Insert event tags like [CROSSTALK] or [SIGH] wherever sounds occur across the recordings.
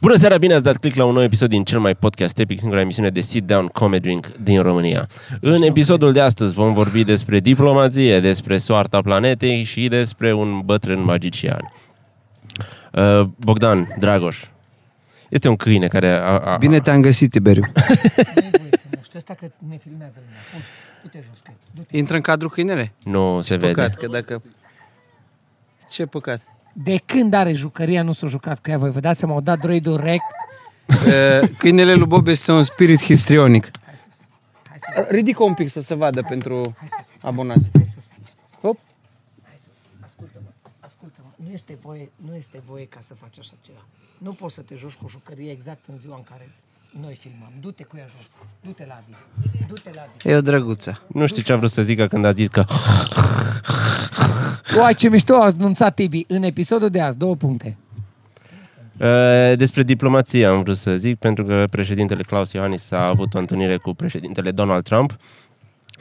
Bună seara, bine ați dat click la un nou episod din cel mai podcast epic, singura emisiune de sit-down comedy din România. În episodul de astăzi vom vorbi despre diplomație, despre soarta planetei și despre un bătrân magician. Uh, Bogdan Dragoș este un câine care a, a, Bine te-am găsit, Tiberiu. Știu asta că ne filmează lumea. Uite, uite jos cu el. Du-te. Intră în cadrul câinele? nu se vede. Păcat, că dacă... Ce păcat. [LAUGHS] De când are jucăria, nu s-a jucat cu ea, voi vă dați seama, au dat droidul rec. Uh, Câinele lui Bob este un spirit histrionic. Ridică un pic să se vadă pentru abonați. Hop. Hai sus, ascultă-mă, ascultă-mă. Nu este, voie, nu este voie ca să faci așa ceva. Nu poți să te joci cu jucăria exact în ziua în care noi filmăm. Du-te cu ea jos. Du-te la Adi. Du-te la Adi. E o drăguță. Nu știu ce a vrut să zică când a zis că Uai, ce mișto a anunțat Tibi în episodul de azi. Două puncte. Uh, Despre diplomație am vrut să zic, pentru că președintele Claus Iohannis a avut o întâlnire cu președintele Donald Trump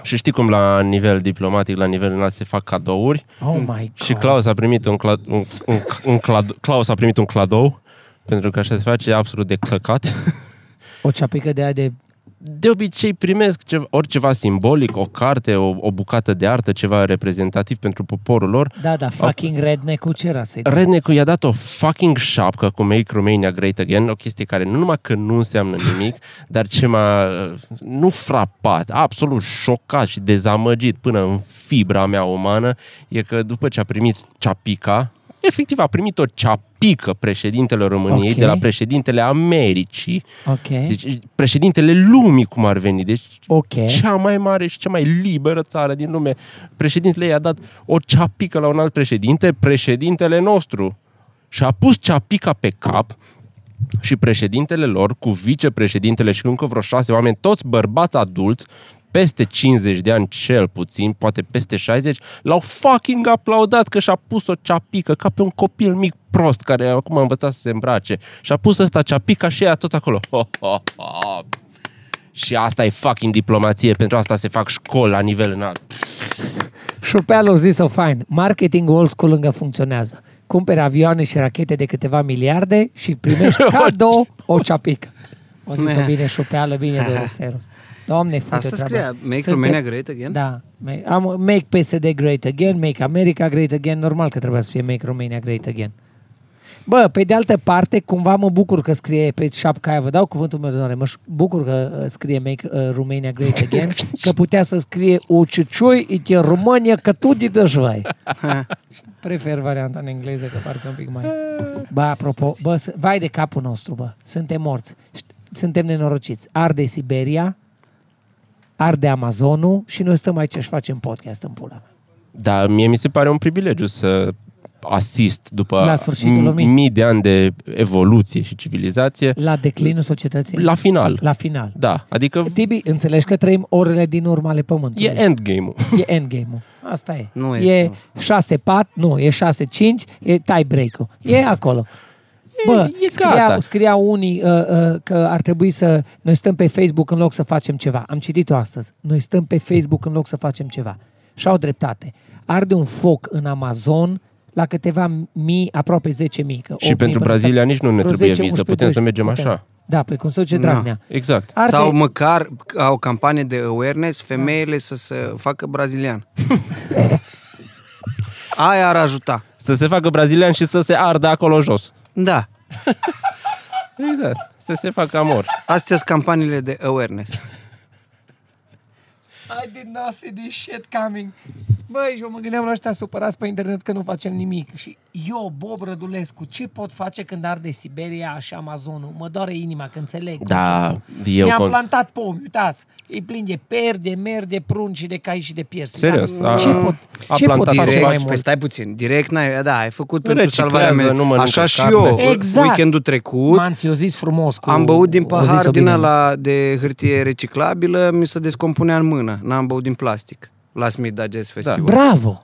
și știi cum la nivel diplomatic, la nivel înalt se fac cadouri Oh my God. Mm. și Claus a primit un, cla- un, un, un clad- Claus a primit un cladou pentru că așa se face e absolut de căcat. O ceapică de aia de... De obicei primesc ceva, oriceva simbolic, o carte, o, o bucată de artă, ceva reprezentativ pentru poporul lor. Da, da, fucking redneck-ul ce rasă Rednecu Adică i-a dat o fucking șapcă cu Make Romania Great Again, o chestie care nu numai că nu înseamnă nimic, [LAUGHS] dar ce m-a uh, nu frapat, absolut șocat și dezamăgit până în fibra mea umană, e că după ce a primit ceapica, efectiv a primit o ceapică președintele României Ok. de la președintele Americii, Ok, deci președintele lumii cum ar veni, deci ok. cea mai mare și cea mai liberă țară din lume. Președintele i-a dat o ceapică la un alt președinte, președintele nostru. Și a pus ceapica pe cap și președintele lor, cu vicepreședintele și încă vreo șase oameni, toți bărbați adulți, peste 50 de ani cel puțin, poate peste 60, l-au fucking aplaudat că și-a pus o ceapică ca pe un copil mic prost care acum a învățat să se îmbrace. Și-a pus ăsta ceapica și ea tot acolo. [LAUGHS] Ho, ho, ho. Și asta e fucking diplomație, pentru asta se fac școli la nivel înalt. Șurpealul a zis-o fain. Marketingul old school încă funcționează. Cumperi avioane și rachete de câteva miliarde și primești cadou o ceapică. O zis-o bine șupeală, bine de Roseros. Doamne, fute Asta treaba. scria, Make Sunte- Romania Great Again? Da. Make, am, make PSD great again, make America great again. Normal că trebuia să fie make Romania great again. Bă, pe de altă parte, cumva mă bucur că scrie pe șapca aia, vă dau cuvântul meu de onoare, mă ș- bucur că uh, scrie Make uh, Romania [LAUGHS] Great Again, că putea să scrie Ucicioi, Ite România, că tu de [LAUGHS] dăjvai. Prefer varianta în engleză, că parcă un pic mai... Bă, apropo, bă, s- vai de capul nostru, bă, suntem morți, Șt- suntem nenorociți. Arde Siberia, arde Amazonul și noi stăm aici și facem podcast în pula mea. Dar mie mi se pare un privilegiu să asist după La sfârșitul m- lumii. mii de ani de evoluție și civilizație La declinul societății? la final. La final. Da, adică Tibi, înțelegi că trăim orele din urmă ale Pământului. e endgame-ul. E endgame-ul. Asta e. Nu e este, 6-4, nu, e 6-5, e tie break-ul. E acolo. Bă, e scria, gata. scria unii uh, uh, că ar trebui să... Noi stăm pe Facebook în loc să facem ceva. Am citit-o astăzi. Noi stăm pe Facebook în loc să facem ceva. Și au dreptate. Arde un foc în Amazon la câteva mii, aproape 10.000. Că Și pentru Brazilia nici nu ne trebuie viză. Putem să mergem așa. Da, pe cum se duce Da. Dragnea. Exact. Arde- Sau măcar ca o campanie de awareness, femeile să se facă [LAUGHS] brazilian. Aia ar ajuta. Să se facă brazilian și să se ardă acolo jos. Da. Exact. Să se facă amor. Astea sunt campaniile de awareness. I did not see this shit coming. Băi, și eu mă gândeam la ăștia supărați pe internet că nu facem nimic. Și eu, Bob Rădulescu, ce pot face când arde Siberia și Amazonul? Mă doare inima, că înțeleg. Da, eu... Mi-am con- plantat pomi, uitați. E plin de peri, de meri, de prunci, și de cai și de piersi. Serios, Dar a- ce pot, a ce pot plantat face direct mai Direct, păi mult? stai puțin, direct n-ai, da, ai făcut pentru Reciclează, salvarea nu mea. mănâncă Așa și carne. eu, Exact. weekendul trecut, Manți, eu zis frumos. Cu, Am băut din o zis-o pahar din bine. ăla de hârtie reciclabilă, mi se descompunea în mână. N-am băut din plastic la Smith Digest Da. Festival. Bravo!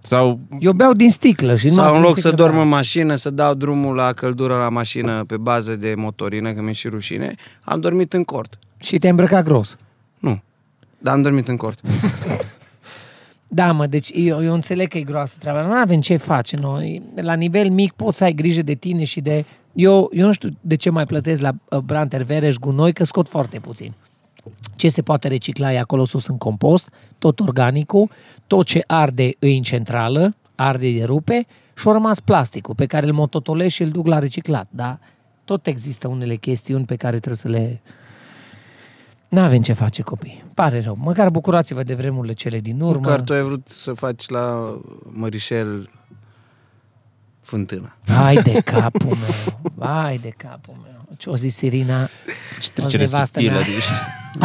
Sau Eu beau din sticlă și nu Sau asta în loc este să că da. dorm bravo. în mașină, să dau drumul la căldură la mașină pe bază de motorină, că mi-e și rușine, am dormit în cort. Și te-ai îmbrăcat gros. Nu, dar am dormit în cort. Da, mă, deci eu, eu înțeleg că e groasă treaba, dar nu avem ce face noi. La nivel mic poți să ai grijă de tine și de... Eu, eu nu știu de ce mai plătesc la uh, Branter Vereș gunoi, că scot foarte puțin. Ce se poate recicla e acolo sus în compost, tot organicul, tot ce arde e în centrală, arde de rupe și a rămas plasticul pe care îl mototolesc și îl duc la reciclat, da? Tot există unele chestiuni pe care trebuie să le N-avem ce face copii. Pare rău. Măcar bucurați-vă de vremurile cele din urmă. Măcar tu ai vrut să faci la Mărișel fântână. Hai de capul meu. Hai de capul meu. Ce o zis Sirina? Ce Trecere subtilă. deci.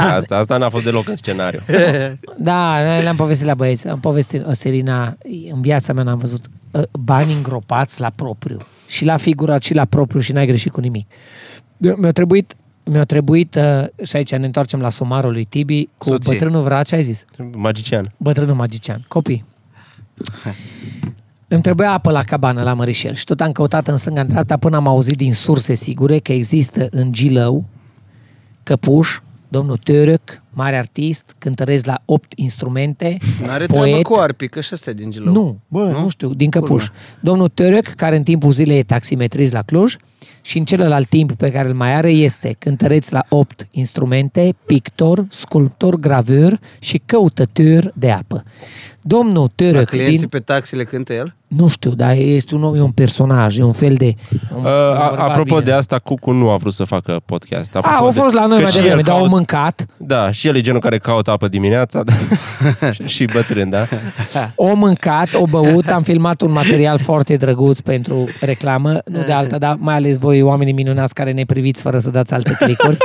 Asta, asta n-a fost deloc în scenariu. [LAUGHS] Da, le-am povestit la băieți. Am povestit o Serina, în viața mea n-am văzut uh, bani îngropați la propriu. Și la figurat și la propriu și n-ai greșit cu nimic. De- Mi-a trebuit, mi-a trebuit uh, și aici ne întoarcem la somarul lui Tibi, cu Soție. bătrânul Vrace, ai zis? Magician. Bătrânul magician. Copii. Îmi trebuia apă la cabană, la Mărișel și tot am căutat în stânga, în dreapta, până am auzit din surse sigure că există în Gilău, Căpuș, domnul Tărăc, mare artist, cântăresc la opt instrumente, N-are treabă poet. cu arpi, că și astea din Gilău. Nu, bă, nu, nu știu, din Căpuș. Domnul Tărăc, care în timpul zilei e taximetrist la Cluj și în celălalt timp pe care îl mai are este cântăreț la opt instrumente, pictor, sculptor, graveur și căutător de apă. Domnul La Tărăc clienții din... pe taxi le cântă el? Nu știu, dar este un om, e un personaj, e un fel de... Uh, Un, un a, bărbat apropo bine. de asta, Cucu nu a vrut să facă podcast. A, Apropo au de- fost la noi că mai și devreme, el dar au caut- mâncat. Da, și el e genul care caută apă dimineața [LAUGHS] da? și, și bătrân, da? O mâncat, o băut, am filmat un material foarte drăguț pentru reclamă, nu de alta, dar mai ales voi, oamenii minunați care ne priviți fără să dați alte clicuri.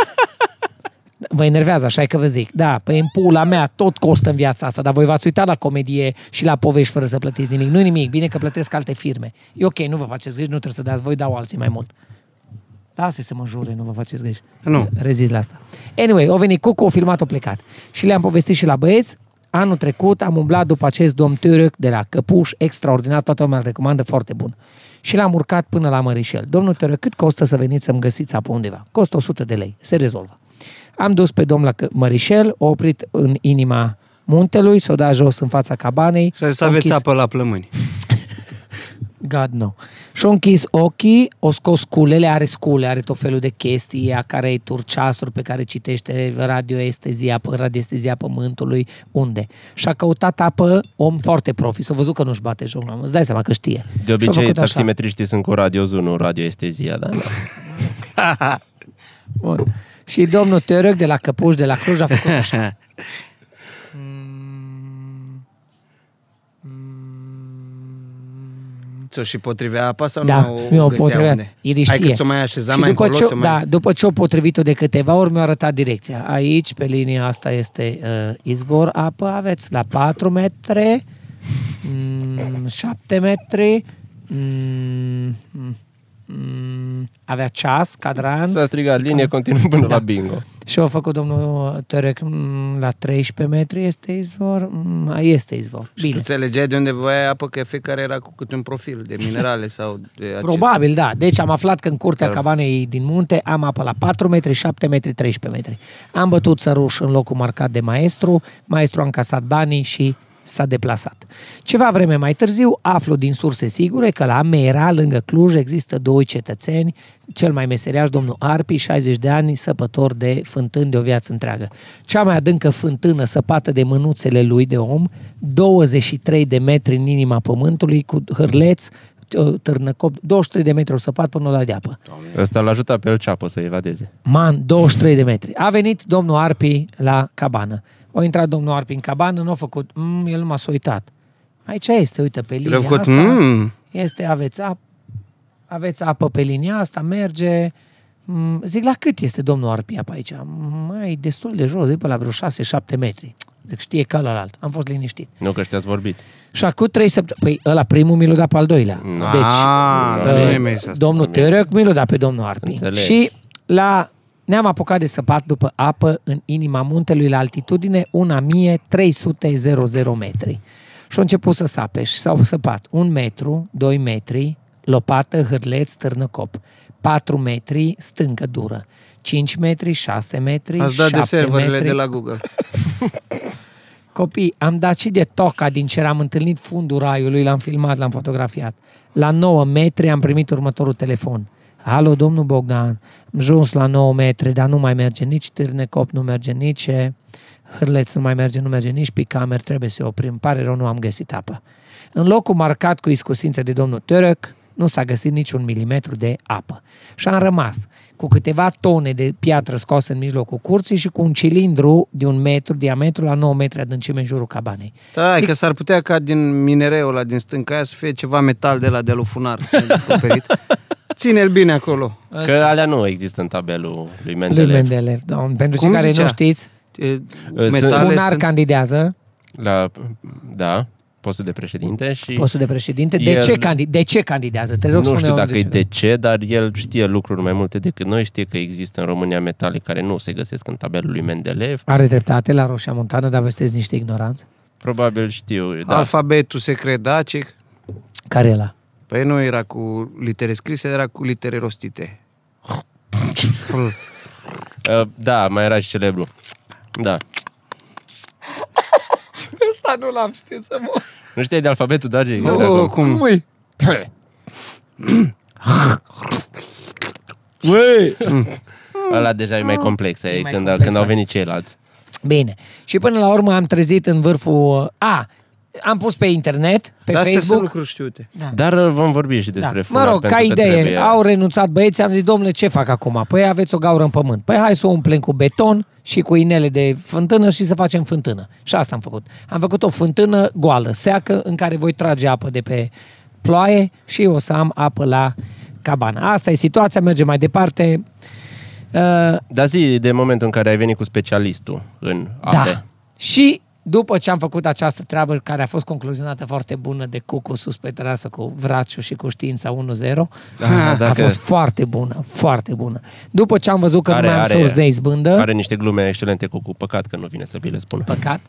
Vă enervează, așa e că vă zic. Da, pe în pula mea tot costă în viața asta, dar voi v-ați uitat la comedie și la povești fără să plătiți nimic. Nu nimic, bine că plătesc alte firme. E ok, nu vă faceți griji, nu trebuie să dați, voi dau alții mai mult. Lasă să mă jure, nu vă faceți griji. Nu. Rezist la asta. Anyway, o venit Cucu, o filmat, o plecat. Și le-am povestit și la băieți. Anul trecut am umblat după acest domn Turek de la Căpuș, extraordinar, toată lumea îl recomandă, foarte bun. Și l-am urcat până la Mărișel. Domnul Turek, cât costă să veniți să-mi găsiți apă undeva? Costă 100 de lei, se rezolvă. Am dus pe domn la Că- Mărișel, o oprit în inima muntelui, s-o da jos în fața cabanei. Și a zis, o aveți închis- apă la plămâni. God, no. Și-a închis ochii, o scos sculele, are scule, are tot felul de chestii, a care e turceasuri pe care citește radioestezia, radiestezia pământului, unde. Și-a căutat apă, om foarte profi, s-a văzut că nu-și bate joc, la- îți dai seama că știe. De Și-a obicei, făcut așa. taximetriștii sunt cu Radio Zunu, Radio Estezia, da? Bun. Și domnul Tărăc de la Căpuș, de la Cluj, a [LAUGHS] făcut așa. Ți-o și potrivea apa sau Da, nu? mi-o găsea potrivea. unde? Iri știe. Hai că ți-o mai așeza și mai după încolo, ce, ți-o mai... da, după ce o potrivit-o de câteva ori, mi-a arătat direcția. Aici, pe linia asta, este uh, izvor apă, aveți la 4 metri, mm, 7 metri, mm, mm, mm, avea ceas, cadran. S-a strigat Adică- linie, continuăm până Da. la bingo. Și a făcut domnul Terec mm, la 13 metri este izvor, mm, este izvor. Și tu Bine. înțelegeai de unde voia apă, că fiecare era cu câte un profil de minerale sau de acest... Probabil, da. Deci am aflat că în curtea cabanei din munte am apă la 4 metri, 7 metri, 13 metri. Am bătut săruș în locul marcat de maestru, maestru a încasat banii și s-a deplasat. Ceva vreme mai târziu aflu din surse sigure că la Mera, lângă Cluj, există doi cetățeni, cel mai meseriaș, domnul Arpi, 60 de ani, săpător de fântâni de o viață întreagă. Cea mai adâncă fântână săpată de mânuțele lui de om, 23 de metri în inima pământului, cu hârleț, t- târnăcop, 23 de metri o săpat până la deapă. Ăsta l-a ajutat pe el ceapă să evadeze. Man, 23 de metri. A venit domnul Arpi la cabană. A intrat domnul Arpi în cabană, nu a făcut, mm, el m-a s-a uitat. Aici este, uite, pe linia Le-a făcut, asta, "Mm." este, aveți apă, aveți apă pe linia asta, merge. Mm, Zic, la cât este domnul Arpi apa aici? Mm, Mai e destul de jos, e pe la vreo 6-7 metri. Zic, știe că la alt. Am fost liniștit. Nu că ăștia ați vorbit. Și acum trei săptămâni. Păi ăla primul mi l-a dat pe al doilea. Ah, Deci, nu e uh, mai asta. domnul Tărăc mi l-a dat pe domnul Arpi. Înțeleg. Și la, ne-am apucat de săpat după apă în inima muntelui la altitudine 1300 metri. Și au început să sape și s-au săpat un metru, 2 metri, lopată, hârleț, târnăcop. 4 metri, stâncă dură. 5 metri, 6 metri, Ați dat de 7 serverele metri. de la Google. Copii, am dat și de toca din cer, am întâlnit fundul raiului, l-am filmat, l-am fotografiat. La 9 metri am primit următorul telefon. Alo, domnul Bogdan, am ajuns la 9 metri, dar nu mai merge nici târnecop, nu merge nici eh, hârleț, nu mai merge, nu merge nici picamer, trebuie să oprim. Îmi Pare rău, nu am găsit apă. În locul marcat cu iscusință de domnul Tărăc, nu s-a găsit niciun milimetru de apă. Și am rămas cu câteva tone de piatră scoasă în mijlocul curții și cu un cilindru de un metru, diametru la 9 metri adâncime în jurul cabanei. Da, că s-ar putea ca din minereul ăla din stânca aia să fie ceva metal de la de [LAUGHS] lufunar. Ține-l bine acolo. Că alea nu există în tabelul lui Lui Mendeleev. Mendeleev. Da, pentru cei Cum care zicea? nu știți, E, sunt- Metale Funar sunt... candidează La, da, postul de președinte și... postul de președinte. De, El- ce, candi- de ce candidează? Te rog, nu știu spune-mi dacă e ce. de ce, dar el știe lucruri mai multe decât noi, știe că există în România metale care nu se găsesc în tabelul lui Mendeleev. Are dreptate la Roșia Montană, dar vă sunteți niște ignoranți? Probabil știu, da. da. Alfabetul secret dacic. Care e la? Păi nu era cu litere scrise, era cu litere [LAUGHS] rostite. Uh, da, mai era și celebru. Da. Asta nu l-am știut să mă... Nu știai de alfabetul, da, dar e Da, de Nu, acolo. cum? cum da. Uei! Ăla deja e mai complex, e, E mai când, complex, când au da. venit ceilalți. Bine. Și până la urmă am trezit în vârful... A, am pus pe internet, pe Dar astea sunt Facebook... Da. lucruri știute. Dar uh, vom vorbi și despre Mă funar, rog, pentru ca că idee, trebuie- au renunțat băieții, am zis, domnule, ce fac acum? Păi aveți o gaură în pământ. Păi hai să o umplem cu beton și cu inele de fântână și să facem fântână. Și asta am făcut. Am făcut o fântână goală, seacă, în care voi trage apă de pe ploaie și o să am apă la cabana. Asta e situația, mergem mai departe. Uh, Dar zi de momentul în care ai venit cu specialistul în ape. Da. Și după ce am făcut această treabă, care a fost concluzionată foarte bună de Cucu sus pe terasă cu Vraciu și cu știința 1-0, Da, a dacă- fost foarte bună, foarte bună. După ce am văzut că nu mai am sorți de izbândă, are niște glume excelente cu, cu păcat că nu vine să vi le spun. păcat,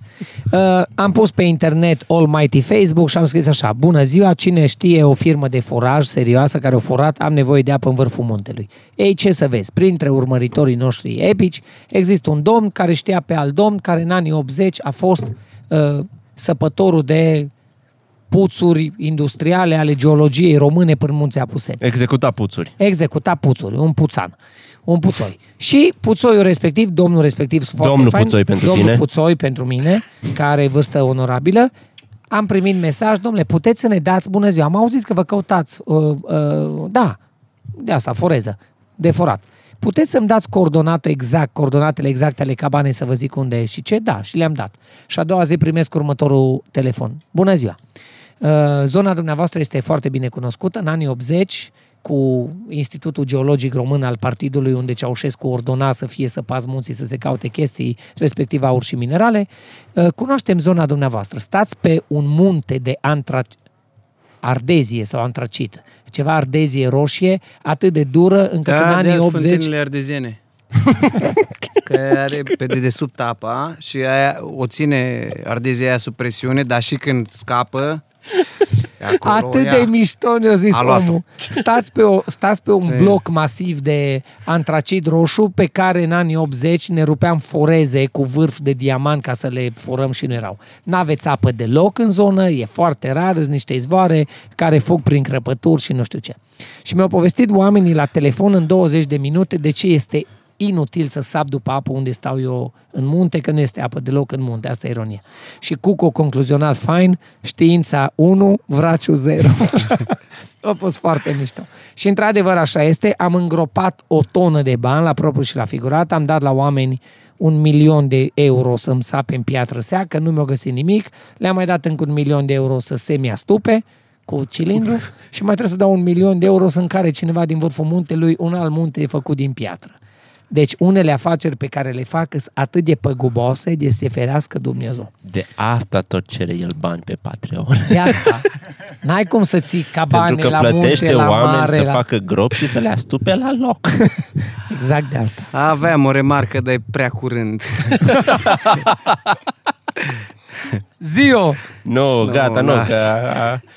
uh, am pus pe internet Almighty Facebook și am scris așa, bună ziua, cine știe o firmă de foraj serioasă care a forat, am nevoie de apă în vârful muntelui. Ei, ce să vezi, printre urmăritorii noștri epici, există un domn care știa pe alt domn care în anii 80 a fost uh, săpătorul de puțuri industriale ale geologiei române până în munții Apuseni Executa puțuri. executa puțuri, un puțan, un puțoi. Și puțoiul respectiv, domnul respectiv, foarte Domnul fain, Puțoi pentru domnul tine. Puțoi pentru mine, care are vârstă onorabilă, am primit mesaj, domnule, puteți să ne dați, bună ziua, am auzit că vă căutați, uh, uh, da, de asta, foreză, de forat. Puteți să-mi dați coordonatul exact, coordonatele exacte ale cabanei să vă zic unde e și ce? Da, și le-am dat. Și a doua zi primesc următorul telefon. Bună ziua! Uh, Zona dumneavoastră este foarte bine cunoscută. În anii 80, cu Institutul Geologic Român al Partidului, unde Ceaușescu ordona să fie să pas munții, să se caute chestii, respectiv aur și minerale, uh, cunoaștem zona dumneavoastră. Stați pe un munte de antrac ardezie sau antracit. Ceva ardezie roșie, atât de dură încât în Da, de anii aia 80... fântânile [LAUGHS] ardeziene. că are pe dedesubt apa și aia o ține ardezia aia sub presiune, dar și când scapă, e acolo, Atât ia. de mișto ne-a zis A luat-o. omul. Stați pe, o, stați pe un Ce? bloc masiv de antracit roșu pe care în anii 80 ne rupeam foreze cu vârf de diamant ca să le furăm și nu erau. N-aveți apă deloc în zonă, e foarte rar, sunt niște izvoare care fug prin crăpături și nu știu ce. Și mi-au povestit oamenii la telefon în 20 de minute de ce este inutil să sap după apă unde stau eu în munte, că nu este apă deloc în munte. Asta e ironia. Și Cucu a concluzionat fain, știința 1, vraciu 0. [LAUGHS] a fost foarte mișto. Și într-adevăr așa este, am îngropat o tonă de bani la propriu și la figurat, am dat la oameni un milion de euro să-mi sape în piatră seacă, nu mi-au găsit nimic, le-am mai dat încă un milion de euro să se mi-astupe, cu cilindru și mai trebuie să dau un milion de euro să încare cineva din vârful muntelui un alt munte făcut din piatră. Deci unele afaceri pe care le fac sunt atât de păguboase de se ferească Dumnezeu. De asta tot cere el bani pe Patreon. De asta n-ai cum să ții cabane [LAUGHS] Pentru că la plătește munte, la oameni mare, să la... facă gropi și să le astupe la loc. [LAUGHS] Exact de asta. Aveam o remarcă, dar e prea curând. Zio! nu, Nu, gata, nu. las. Că,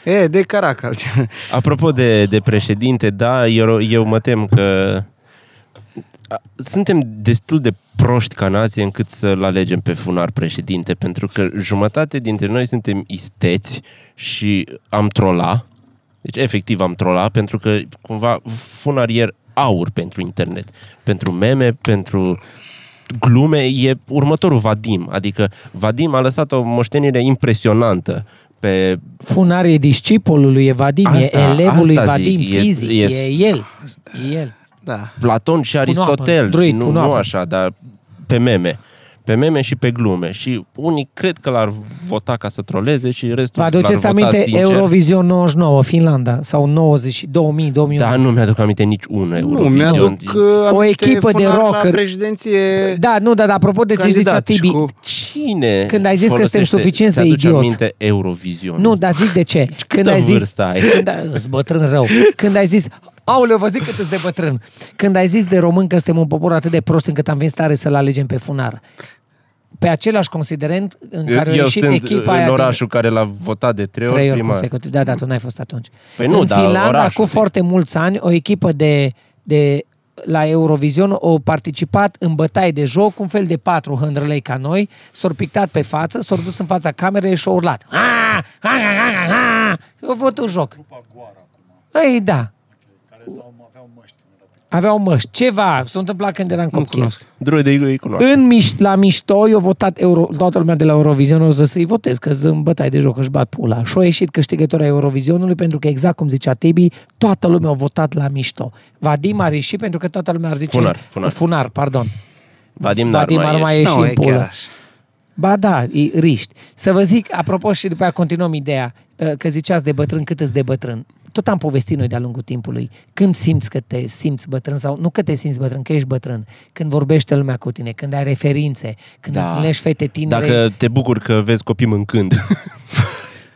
a, e, de caracal. apropo de, de președinte, da, eu, eu mă tem că a- suntem destul de proști ca nație încât să-l alegem pe funar președinte, pentru că jumătate dintre noi suntem isteți și am trola. Deci efectiv am trola, pentru că cumva funarier aur pentru internet, pentru meme, pentru glume, e următorul Vadim. Adică Vadim a lăsat o moștenire impresionantă pe Funar e discipolul lui Vadim, e Asta- elevul lui asta zic, Vadim e- fizic, e- e el. E el. [LAUGHS] Da. Platon și apă, Aristotel, druid, nu, pun nu apă. așa, dar pe meme. Pe meme și pe glume. Și unii cred că l-ar vota ca să troleze și restul Vă l-ar aduceți vota aminte sincer. Eurovision 99, Finlanda, sau 90, 2000, 2001. Da, nu mi-aduc aminte nici una Nu, Eurovision. mi-aduc uh, aminte echipă de Funar rocker. La președinție... da, nu, dar apropo de ce zicea candidat și Tibi, cu- Cine Când ai zis că folosește- suntem suficienți de ți-aduce idioți? aminte Eurovision? Nu, dar zic de ce. Când Câtă ai zis, vârstă ai? Când ai, îți bătrân rău. Când ai zis, aoleu, vă zic cât îți de bătrân. Când ai zis de român că suntem un popor atât de prost încât am venit stare să-l alegem pe funar. Pe același considerent în Eu, care a eu ieșit sunt echipa aia în din- orașul care l-a votat de trei, trei ori primar. consecutiv. Da, da, tu n-ai fost atunci. Păi nu, în dar Finlanda, orașul, cu zic. foarte mulți ani, o echipă de, de la Eurovision au participat în bătaie de joc, un fel de patru hândrălei ca noi, s-au pictat pe față, s-au dus în fața camerei și au urlat. "Ah! Ah! Ah! Ah! Ah!" Au fost un joc. Ei, da. Aveau măști. Ceva s-a întâmplat când eram Nu copil. cunosc. Druide, eu îi cunosc. În miș- la mișto, eu votat Euro, toată lumea de la Eurovision, o să să-i votez, că sunt bătai de joc, își bat pula. Și au ieșit câștigătoarea Eurovisionului, pentru că exact cum zicea Tibi, toată lumea a votat la mișto. Vadim ar ieși pentru că toată lumea ar zice... Funar, funar. Funar, pardon. Vadim n-ar Vadim ar mai mai ieși. ieși Nu, în e chiar pula. așa. Ba da, e riști. Să vă zic, apropo și după aia continuăm ideea, uh, că ziceați de bătrân cât îți de bătrân. Tot am povestit noi de-a lungul timpului. Când simți că te simți bătrân sau nu că te simți bătrân, că ești bătrân. Când vorbește lumea cu tine, când ai referințe, când da. întâlnești fete tinere. Dacă te bucur că vezi copii [LAUGHS] mâncând.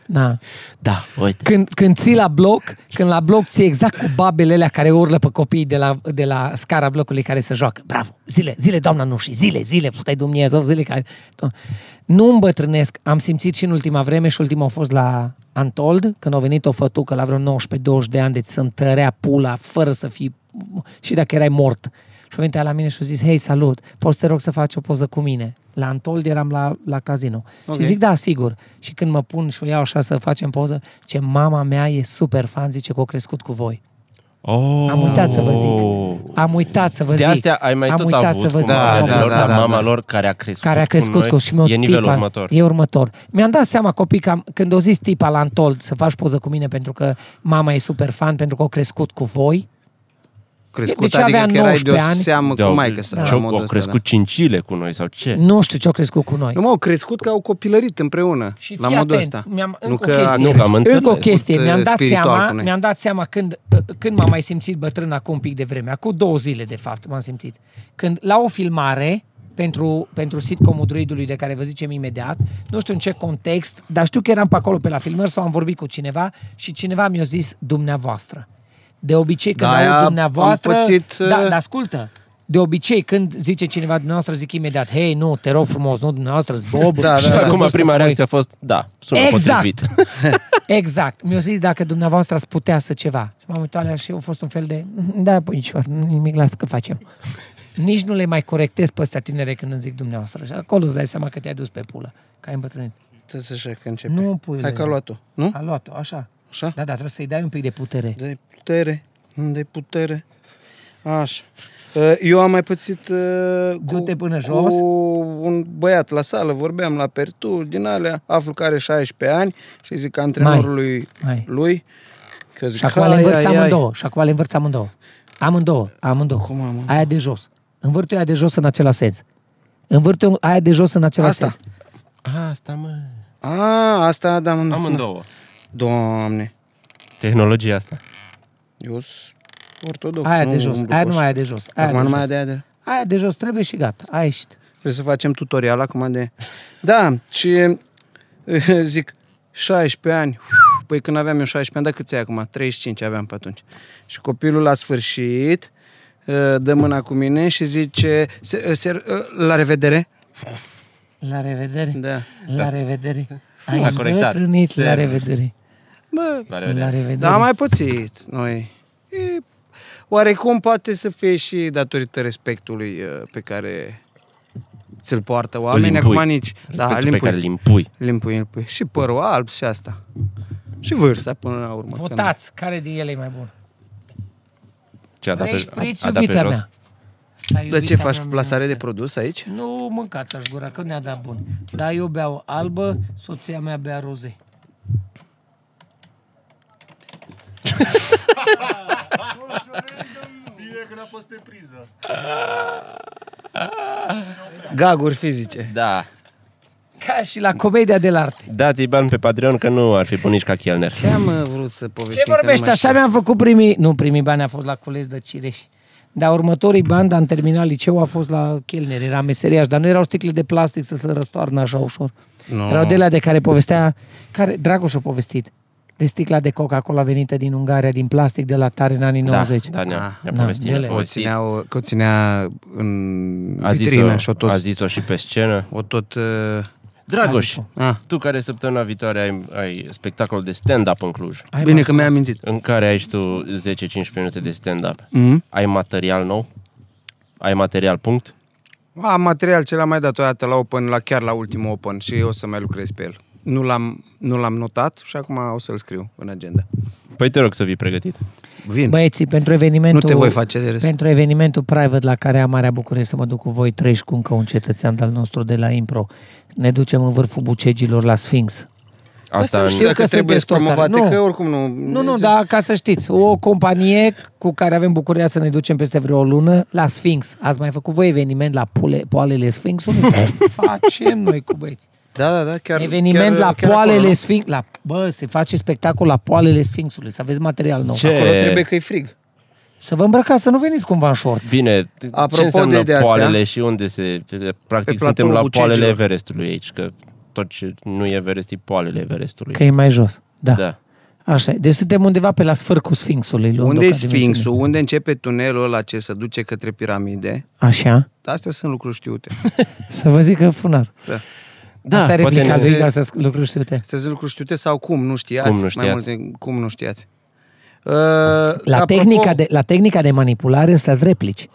Na. da, uite. Când, când ții la bloc, când la bloc ții exact cu babele alea care urlă pe copiii de la, de la scara blocului care se joacă. Bravo! Zile, zile, doamna Nuși, zile, zile, puteai Dumnezeu, zile care... Nu îmbătrânesc, am simțit și în ultima vreme și ultima a fost la Antold, când a venit o fătucă la vreo 19-20 de ani, deci să întărea pula fără să fii... și dacă erai mort. Și a venit aia la mine și a zis, hei, salut, poți să te rog să faci o poză cu mine? La Antold eram la, la casino. Okay. Ok. Și zic, da, sigur. Și când mă pun și o iau așa să facem poză, ce mama mea e super fan, zice că a crescut cu voi. Oh. Am uitat să vă zic. Am uitat să vă De zic. astea ai mai Am tot uitat avut să vă zic. da, da, da, da, da, mama da. lor care a crescut care a cu, crescut noi, cu și mi-o E nivelul tipa, următor. E următor. Mi-am dat seama, copii, că am, când o zis tipa la Antold să faci poză cu mine pentru că mama e super fan, pentru că a crescut cu voi, Crescut, Deci deci avea adică că erai de o 19 ani. seamă Da, cu maică să și-au- Au da. crescut cincile cu noi sau ce? nu știu ce a crescut cu noi. Nu mă, au crescut că au copilărit împreună. Și la fii modul atent, ăsta. Mi-am, nu că chestie, Nu, că am încă o înțeles. chestie. Mi-am dat, Spiritual seama, cu noi. mi-am dat seama când, uh, când m-am mai simțit bătrân acum un pic de vreme. Acum două zile, de fapt, m-am simțit. Când la o filmare pentru, pentru sitcomul druidului de care vă zicem imediat, nu știu în ce context, dar știu că eram pe acolo pe la filmări sau am vorbit cu cineva și cineva mi-a zis dumneavoastră. De obicei când Da, aud am dumneavoastră... pățit, da, uh, dar ascultă, de obicei, când zice cineva dumneavoastră, zic imediat, hei, nu, te rog frumos, nu dumneavoastră, zbob. Da, da, Și da. acum prima reacție reacție a fost, da, sună potrivit. [LAUGHS] exact. Mi-a zis dacă dumneavoastră ați putea să ceva. Și m-am uitat la ea și a fost un fel de... Da, puișor, nu nimic, lasă că facem. Nici nu le mai corectez pe ăstea tinere când îmi zic dumneavoastră. Și acolo îți dai seama că te-ai dus pe pulă, că ai îmbătrânit. Stai să așa că începe. Nu, puiule. Hai că a luat-o. Nu? A luat-o, așa. Așa? Da, da, trebuie să-i dai un pic de putere. De putere. De putere. Așa. Uh, Eu am mai pățit uh, cu, Du-te până jos. cu un băiat la sală, vorbeam la Pertu, din alea, aflu că are 16 ani și zic antrenorului Mai. lui că zic, Și acum "Hai, le învârți ai, ai." amândouă. Și acum le învârți amândouă. Amândouă, amândouă. Cum amândouă? Aia de jos. Învârți aia de jos în același sens. Învârți aia de jos în același Asta. sens. Asta, mă. A, asta, da, mă, Amândouă. Doamne, Tehnologia asta. eu sunt ortodox. Aia nu de jos, umblu aia cu nu ăștia. aia de jos. Aia Acum de nu jos. mai de aia de... Aia de jos trebuie și gata, a ieșit. Trebuie să facem tutorial acum de... Da, și eh, zic, 16 ani. Păi când aveam eu 16 ani, da câți ai acum? 35 aveam pe atunci. Și copilul la sfârșit eh, dă mâna cu mine și zice, "Se- se- eh, la revedere. La revedere. Da. La revedere. Ai S-a corectat. îmbătrânit, la Se- revedere. Bă, La La revedere. revedere. da, am mai pățit noi. E, oarecum poate să fie și datorită respectului uh, pe care ți-l poartă oamenii, impui. acum nici. da, Respectul Da, pe care îl impui. Limpui, limpui. Și părul alb și asta. Și vârsta până la urmă. când- Votați, care din ele e mai bun? Ce a dat Vrei pe, șpriț, a, a dat pe iubita jos? mea? Stai, Dar ce iubita faci? mea, Plasare de mea. produs aici? Nu mâncați aș gura, că ne-a dat bun. Dar eu beau albă, soția mea bea roze. Bine că n-a fost pe priză. Gaguri fizice. Da. Ca și la comedia de arte. Dați-i bani pe Patreon că nu ar fi bun nici ca Chielner. Ce am uh, vrut să povestim? Ce că nu vorbești? mai Așa știu. mi-am făcut primii... Nu, primii bani a fost la cules de cireș. Dar următorii bani, dar am terminat liceu, a fost la Chelner, era meseriaș, dar nu erau sticle de plastic să se răstoarnă așa ușor. Nu. Erau de alea de care povestea, care Dragoș a povestit, de sticla de Coca-Cola venită din Ungaria, din plastic de la tare în anii Da, 90. da, Ah, ne-a, ne-a Da, povestit. Ne-a ele. Că o povestit. ținea, că o ținea în A vitrină zis-o, și o a tot... zis-o și pe scenă. O tot uh, Dragoș, a. tu care săptămâna viitoare ai, ai spectacol de stand-up în Cluj, Hai, Bine mă, că mi-ai amintit. în care ai și tu 10-15 minute de stand-up, Mm? ai material nou? Ai material punct? Am material ce l-am mai dat o dată la Open, la chiar la ultimul Open și o să mai lucrez pe el. Nu l-am, nu l-am notat și acum o să-l scriu în agenda. Păi te rog să vii pregătit. Vin. Băieții, pentru evenimentul... Nu te voi face de râs. Pentru evenimentul private la care am Marea București să mă duc cu voi treci cu încă un cetățean al nostru de la Impro. Ne ducem în vârful bucegilor la Sphinx. Asta, nu în, știu Știu dacă că trebuie sunteți tot tare. promovate, Nu. că oricum nu... Nu, nu, dar ca să știți, o companie cu care avem bucuria să ne ducem peste vreo lună la Sphinx. Ați mai făcut voi eveniment la pole, poalele [LAUGHS] Sphinxului? Facem noi cu băieți. Da, da, da, chiar... Eveniment chiar, la chiar poalele Acolo, Sphinx. La, bă, se face spectacol la poalele Sphinxului, să aveți material nou. Ce? nu? acolo trebuie că e frig. Să vă îmbrăcați, să nu veniți cumva în shorts. Bine, Apropo ce înseamnă de- de astea- poalele și unde se... Practic platoul suntem la poalele Bucegilor. Everestului aici, că tot ce nu e Everest e poalele Everestului. Că e mai jos. Da. Da. Așa e. Deci suntem undeva pe la sfârcul Sfinxului. luând-o Unde e ca dimensiune. Sfinxul? Unde începe tunelul ăla ce se duce către piramide? Așa. Astea sunt lucruri [LAUGHS] știute. Să vă zic că funar. Da, Asta e poate replica ne- de Igal, să lucruri știute. Astea sunt lucruri știute sau cum nu știați? Cum nu știați. Mai multe, cum nu știați. Uh, La, apropo- tehnica de, la tehnica de manipulare sunt replici.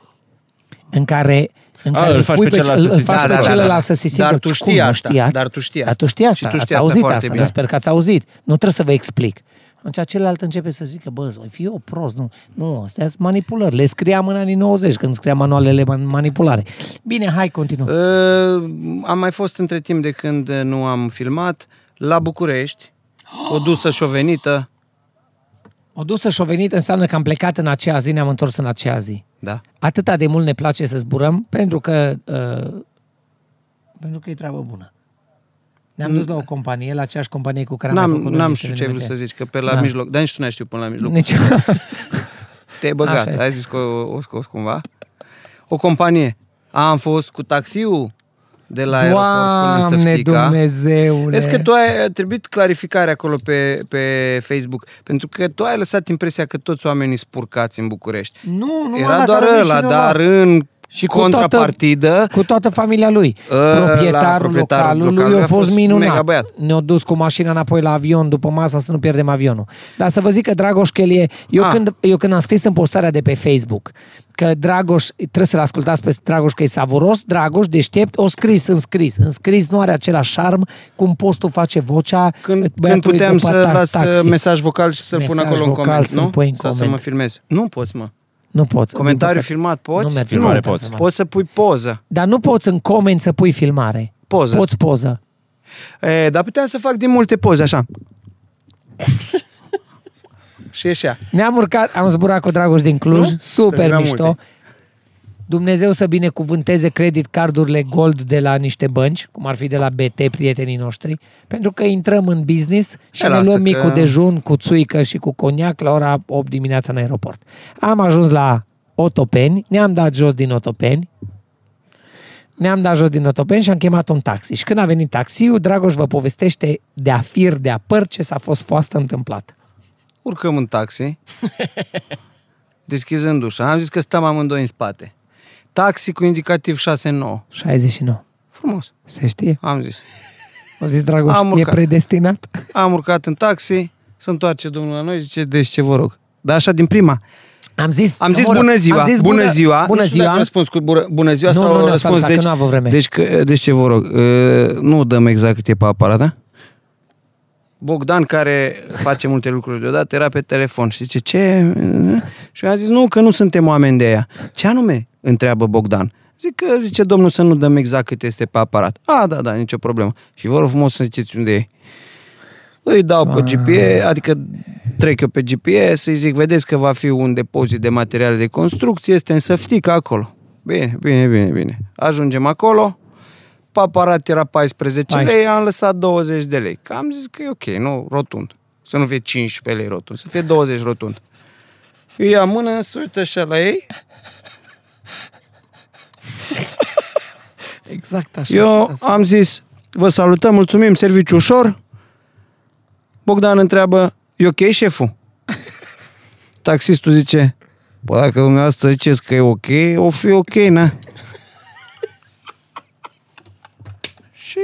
În care în A, care Ah, îl îl faci pui pe celălalt îl- să îl se faci simtă. pe Da, da, da, celălalt da. să se simtă. Dar tu Cum, știi nu asta. știați? Dar tu știi Dar tu asta. știi Și asta. tu știi Ați asta auzit foarte asta. bine. Dar sper că ați auzit. Nu trebuie să vă explic. Atunci celălalt începe să zică, bă, voi fi eu prost, nu, nu, astea sunt manipulări. Le scriam în anii 90 când scriam manualele man- manipulare. Bine, hai, continuăm. Uh, am mai fost între timp de când nu am filmat la București, o dusă și o venită. O dusă și o venit înseamnă că am plecat în aceea zi, ne-am întors în aceea zi. Da. Atâta de mult ne place să zburăm pentru că, uh, pentru că e treabă bună. Ne-am dus la o companie, la aceeași companie cu care am N-am, mai făcut n-am niște știu ce ai vrut să evenimente. zici, că pe la Da. mijloc, dar nici tu n-ai știut până la mijloc. Nici... Te-ai Așa băgat, este. ai zis că o, o scos cumva. O companie. Am fost cu taxiul de la aeroport până Doamne să Dumnezeule! Vezi că tu ai trebuit clarificare acolo pe, pe Facebook, pentru că tu ai lăsat impresia că toți oamenii spurcați în București. Nu, nu Era doar ăla, dar în și cu contrapartidă... Toată, cu toată familia lui. la proprietarul, proprietarul localului, localului a fost, minunat. mega băiat. Ne-a dus cu mașina înapoi la avion după masă să nu pierdem avionul. Dar să vă zic că Dragoș Chelie, eu, Ah. când, eu când am scris în postarea de pe Facebook că Dragoș, trebuie să-l ascultați pe Dragoș că e savuros, Dragoș deștept, o scris în scris. În scris nu are același șarm cum postul face vocea. Când, când băiatul e puteam după să ta- las uh, taxi. mesaj vocal și să-l pun Mesaj acolo în vocal coment, să-l nu? pui în Sau să coment. mă filmez. Nu poți, mă. Nu pot. Comentariu filmat poți? Nu merge. Filmare nu. poți. Poți să pui poză. Dar nu poți în coment să pui filmare. Poză. Poți poză. E, dar puteam să fac din multe poze, [LAUGHS] așa. și ieșea. Ne-am urcat, am zburat cu Dragoș din Cluj, Nu? super Trebuia mișto. multe. Dumnezeu să binecuvânteze credit cardurile gold de la niște bănci, cum ar fi de la BT, prietenii noștri, pentru că intrăm în business și E, ne lasă luăm că- micul dejun cu țuică și cu coniac la ora 8 dimineața în aeroport. Am ajuns la Otopeni, ne-am dat jos din Otopeni, ne-am dat jos din Otopeni și am chemat un taxi. Și când a venit taxiul, Dragoș vă povestește de-a fir, de-a păr ce s-a fost foastă întâmplat. Urcăm în [LAUGHS] taxi, deschizând ușa. Am zis că stăm amândoi în spate. Taxi cu indicativ 6-9. 69. Frumos, Se știe. am zis. O zis Dragoș, Am e urcat. predestinat? Am urcat în taxi, se întoarce domnul la noi, zice, deci ce vă rog. Dar așa din prima, Am zis, Am să zis mor eu. bună ziua. Am zis bună ziua. Bună Nu știu dacă ziua. Răspuns cu bună, bună ziua Nu, sau nu, nu, răspuns s-a dat, deci, că n-avă vreme. Deci, că- deci ce vă rog, uh, nu dăm exact cât e pe aparat, Bogdan, care face multe lucruri deodată, era pe telefon și zice, ce? Și eu am zis, nu, că nu suntem oameni de aia. Ce anume? Întreabă Bogdan. Zic că, zice, domnul, să nu dăm exact cât este pe aparat. A, da, da, nicio problemă. Și vă rog frumos să ziceți unde e. Îi dau pe GPS, adică trec eu pe GPS, îi zic, vedeți că va fi un depozit de materiale de construcție, este în Săftică acolo. Bine, bine, bine, bine. Ajungem acolo, paparat era 14 Hai. lei, am lăsat 20 de lei. Că am zis că e ok, nu, rotund. Să nu fie 15 lei rotund, să fie 20 rotund. Îi ia mână, se uită așa la ei. Exact așa. Eu am zis, vă salutăm, mulțumim, serviciu ușor. Bogdan întreabă, e ok șeful? Taxistul zice, bă, dacă dumneavoastră ziceți că e ok, o fi ok, na. și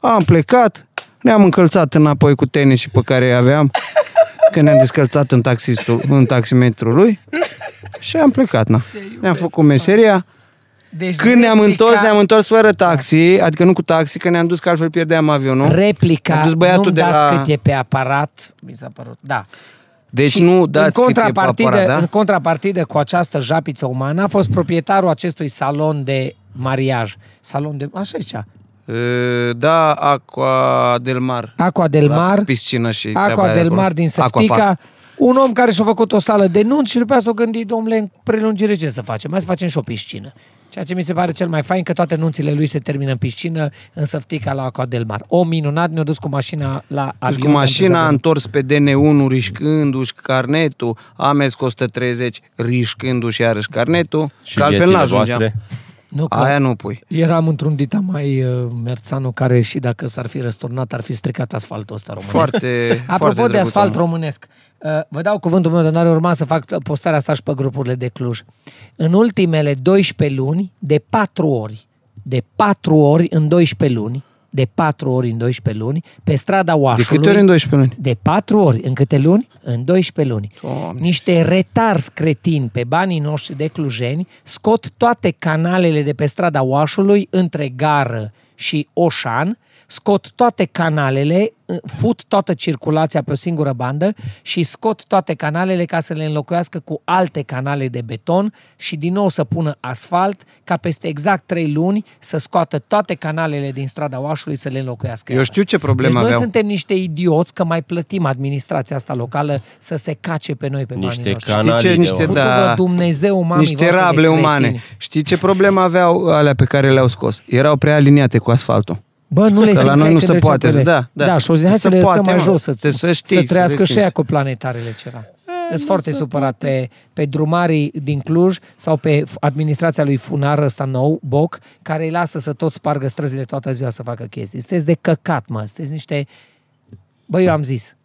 am plecat, ne-am încălțat înapoi cu tenis și pe care îi aveam, că ne-am descălțat în, taxistul, în taximetrul lui și am plecat, na. Ne-am făcut meseria. Deci Când ne-am replica- întors, ne-am întors fără taxi, adică nu cu taxi, că ne-am dus că altfel pierdeam avionul. Replica, Am dus băiatul nu-mi de dați la- cât e pe aparat, mi s-a părut, da. Deci Și nu dați în cât e pe contrapartidă, aparat, În da? contrapartidă cu această japiță umană a fost proprietarul acestui salon de mariaj. Salon de... Așa zicea. E, Da, Aqua del Mar. Aqua del La Mar. piscină și treaba Aqua aia de del acolo. Mar din Săftica. Aquapark. Un om care și-a făcut o sală de nunt și după aia s-a gândit, domnule, în prelungire ce să facem? Hai să facem și o piscină. Ceea ce mi se pare cel mai fain, că toate nunțile lui se termină în piscină, în Săftica, la Aqua del Mar. O minunat, ne-a dus cu mașina la avion. Dus Deci cu mașina, ne-a a dus întors pe DN1 riscându-și carnetul, a mers cu 130 riscându-și iarăși carnetul, Și că altfel viețile n-ajungeam. voastre? la- Nu, că- Aia nu pui. Eram într-un dita mai uh, merțanu care și dacă s-ar fi răsturnat ar fi stricat asfaltul ăsta românesc. [LAUGHS] Foarte, foarte Apropo de drăguț, da. asfalt omul. românesc, uh, vă dau cuvântul meu de onoare, urma să fac postarea asta și pe grupurile de Cluj. În ultimele 12 luni, de 4 ori, de 4 ori în 12 luni, de 4 ori în 12 luni, pe strada De Oașului... câte ori în 12 luni? De patru ori. În câte luni? În 12 luni. Doamne. Niște retars cretini pe banii noștri de clujeni scot toate canalele de pe strada Oașului între gară și Oșan, scot toate canalele, fut toată circulația pe o singură bandă și scot toate canalele ca să le înlocuiască cu alte canale de beton și din nou să pună asfalt ca peste exact trei luni să scoată toate canalele din strada Oașului să le înlocuiască. Eu iară. știu ce problemă deci noi aveau. suntem niște idioți că mai plătim administrația asta locală să se cace pe noi pe Niște banii noștri. ca- Știi ce? Canalii de Niște, oameni. da, Făcut-vă Dumnezeu, mamii niște voastre de rable cretini. umane. Știi ce probleme aveau alea pe care le-au scos? Erau prea aliniate cu asfaltul. Bă, nu le Că la simțeai noi nu când se treceau poate, pe ele. da, da. Da, și o zi, hai Se să le lăsăm poate, mai mă. jos, să, Trebuie să știi, să să le trăiască și simți. aia cu planetarele ceva. Sunt foarte supărat pe, pe drumarii din Cluj sau pe f- administrația lui Funar ăsta nou, Boc, care îi lasă să tot spargă străzile toată ziua să facă chestii. Sunteți de căcat, mă. Sunteți niște... Bă, eu am zis.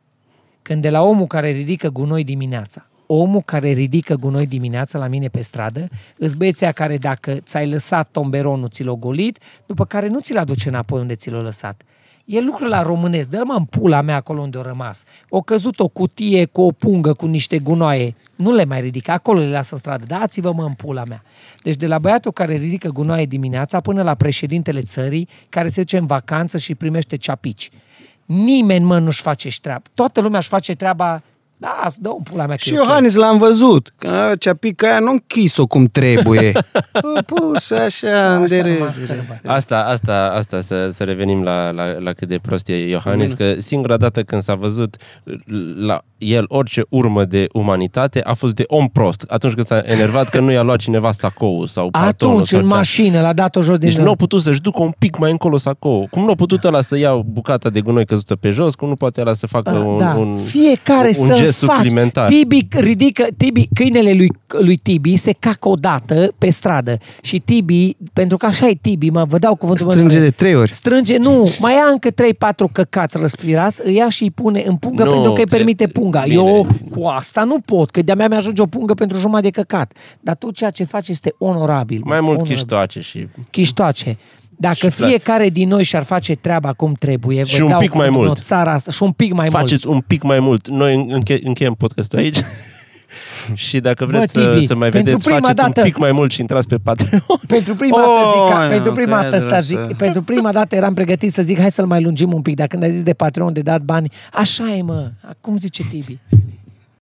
Când de la omul care ridică gunoi dimineața, omul care ridică gunoi dimineața la mine pe stradă, îți băieția care dacă ți-ai lăsat tomberonul, ți l-o golit, după care nu ți-l aduce înapoi unde ți l-o lăsat. E lucrul la românesc, dă-l mă în pula mea acolo unde o rămas. O căzut o cutie cu o pungă cu niște gunoaie. Nu le mai ridic, acolo le las în stradă. Dați-vă mă în pula mea. Deci de la băiatul care ridică gunoaie dimineața până la președintele țării care se duce în vacanță și primește ceapici. Nimeni, mă, nu-și face și treaba. Toată lumea își face treaba... Da, îți dă un pula mea. că Și e ok. Iohannis l-am văzut. Că cea pică aia nu închis-o cum [LAUGHS] trebuie. Bă, Pus așa, în Așa rămas derezire. cărba. Asta, asta, asta, să, să revenim la, la, la cât de prost e Iohannis, că singura dată când s-a văzut la el orice urmă de umanitate a fost de om prost, atunci când s-a enervat că nu i-a luat cineva sacoul sau paltonul. Atunci, sau în cea- mașină, l-a dat-o jos din Deci nu drum. au putut să-și ducă un pic mai încolo sacoul. Cum nu au putut ăla să ia bucata de gunoi căzută pe jos, cum nu poate ăla să facă Ah, un, da. un, Fiecare un să gest faci. suplimentar. Tibi ridică, Tibi, câinele lui, lui Tibi se cacă odată pe stradă și Tibi, pentru că așa e Tibi, mă, vă dau cuvântul meu Strânge de domnule. trei ori. Strânge, nu, mai ia încă 3-4 căcați răspirați, îi ia și îi pune în pungă Nu, pentru că îi permite cred- punga. bine. Eu cu asta nu pot, că de-a mea mi-ajunge o pungă pentru jumătate de căcat. Dar tu ceea ce faci este onorabil. Mai mă, mult onorabil. chiștoace și chiștoace. Și Dacă fiecare din noi și-ar face treaba cum trebuie, vă Și un dau pic mai cuvântul mult. meu, Țara asta, și un pic mai mult. faceți un pic mai mult. Noi înche- încheiem podcastul aici. [LAUGHS] și dacă vreți Bă, să, Tibi, să mai pentru vedeți, prima faceți dată- un pic mai mult și intrați pe Patreon. [LAUGHS] Pentru prima Oh, dată, zic, ca- nu, pentru prima cred dată, asta vreau zic, să- pentru prima dată eram pregătit să zic hai să-l mai lungim un pic, dar când ai zis de Patreon de dat bani, așa e mă, acum zice Tibi.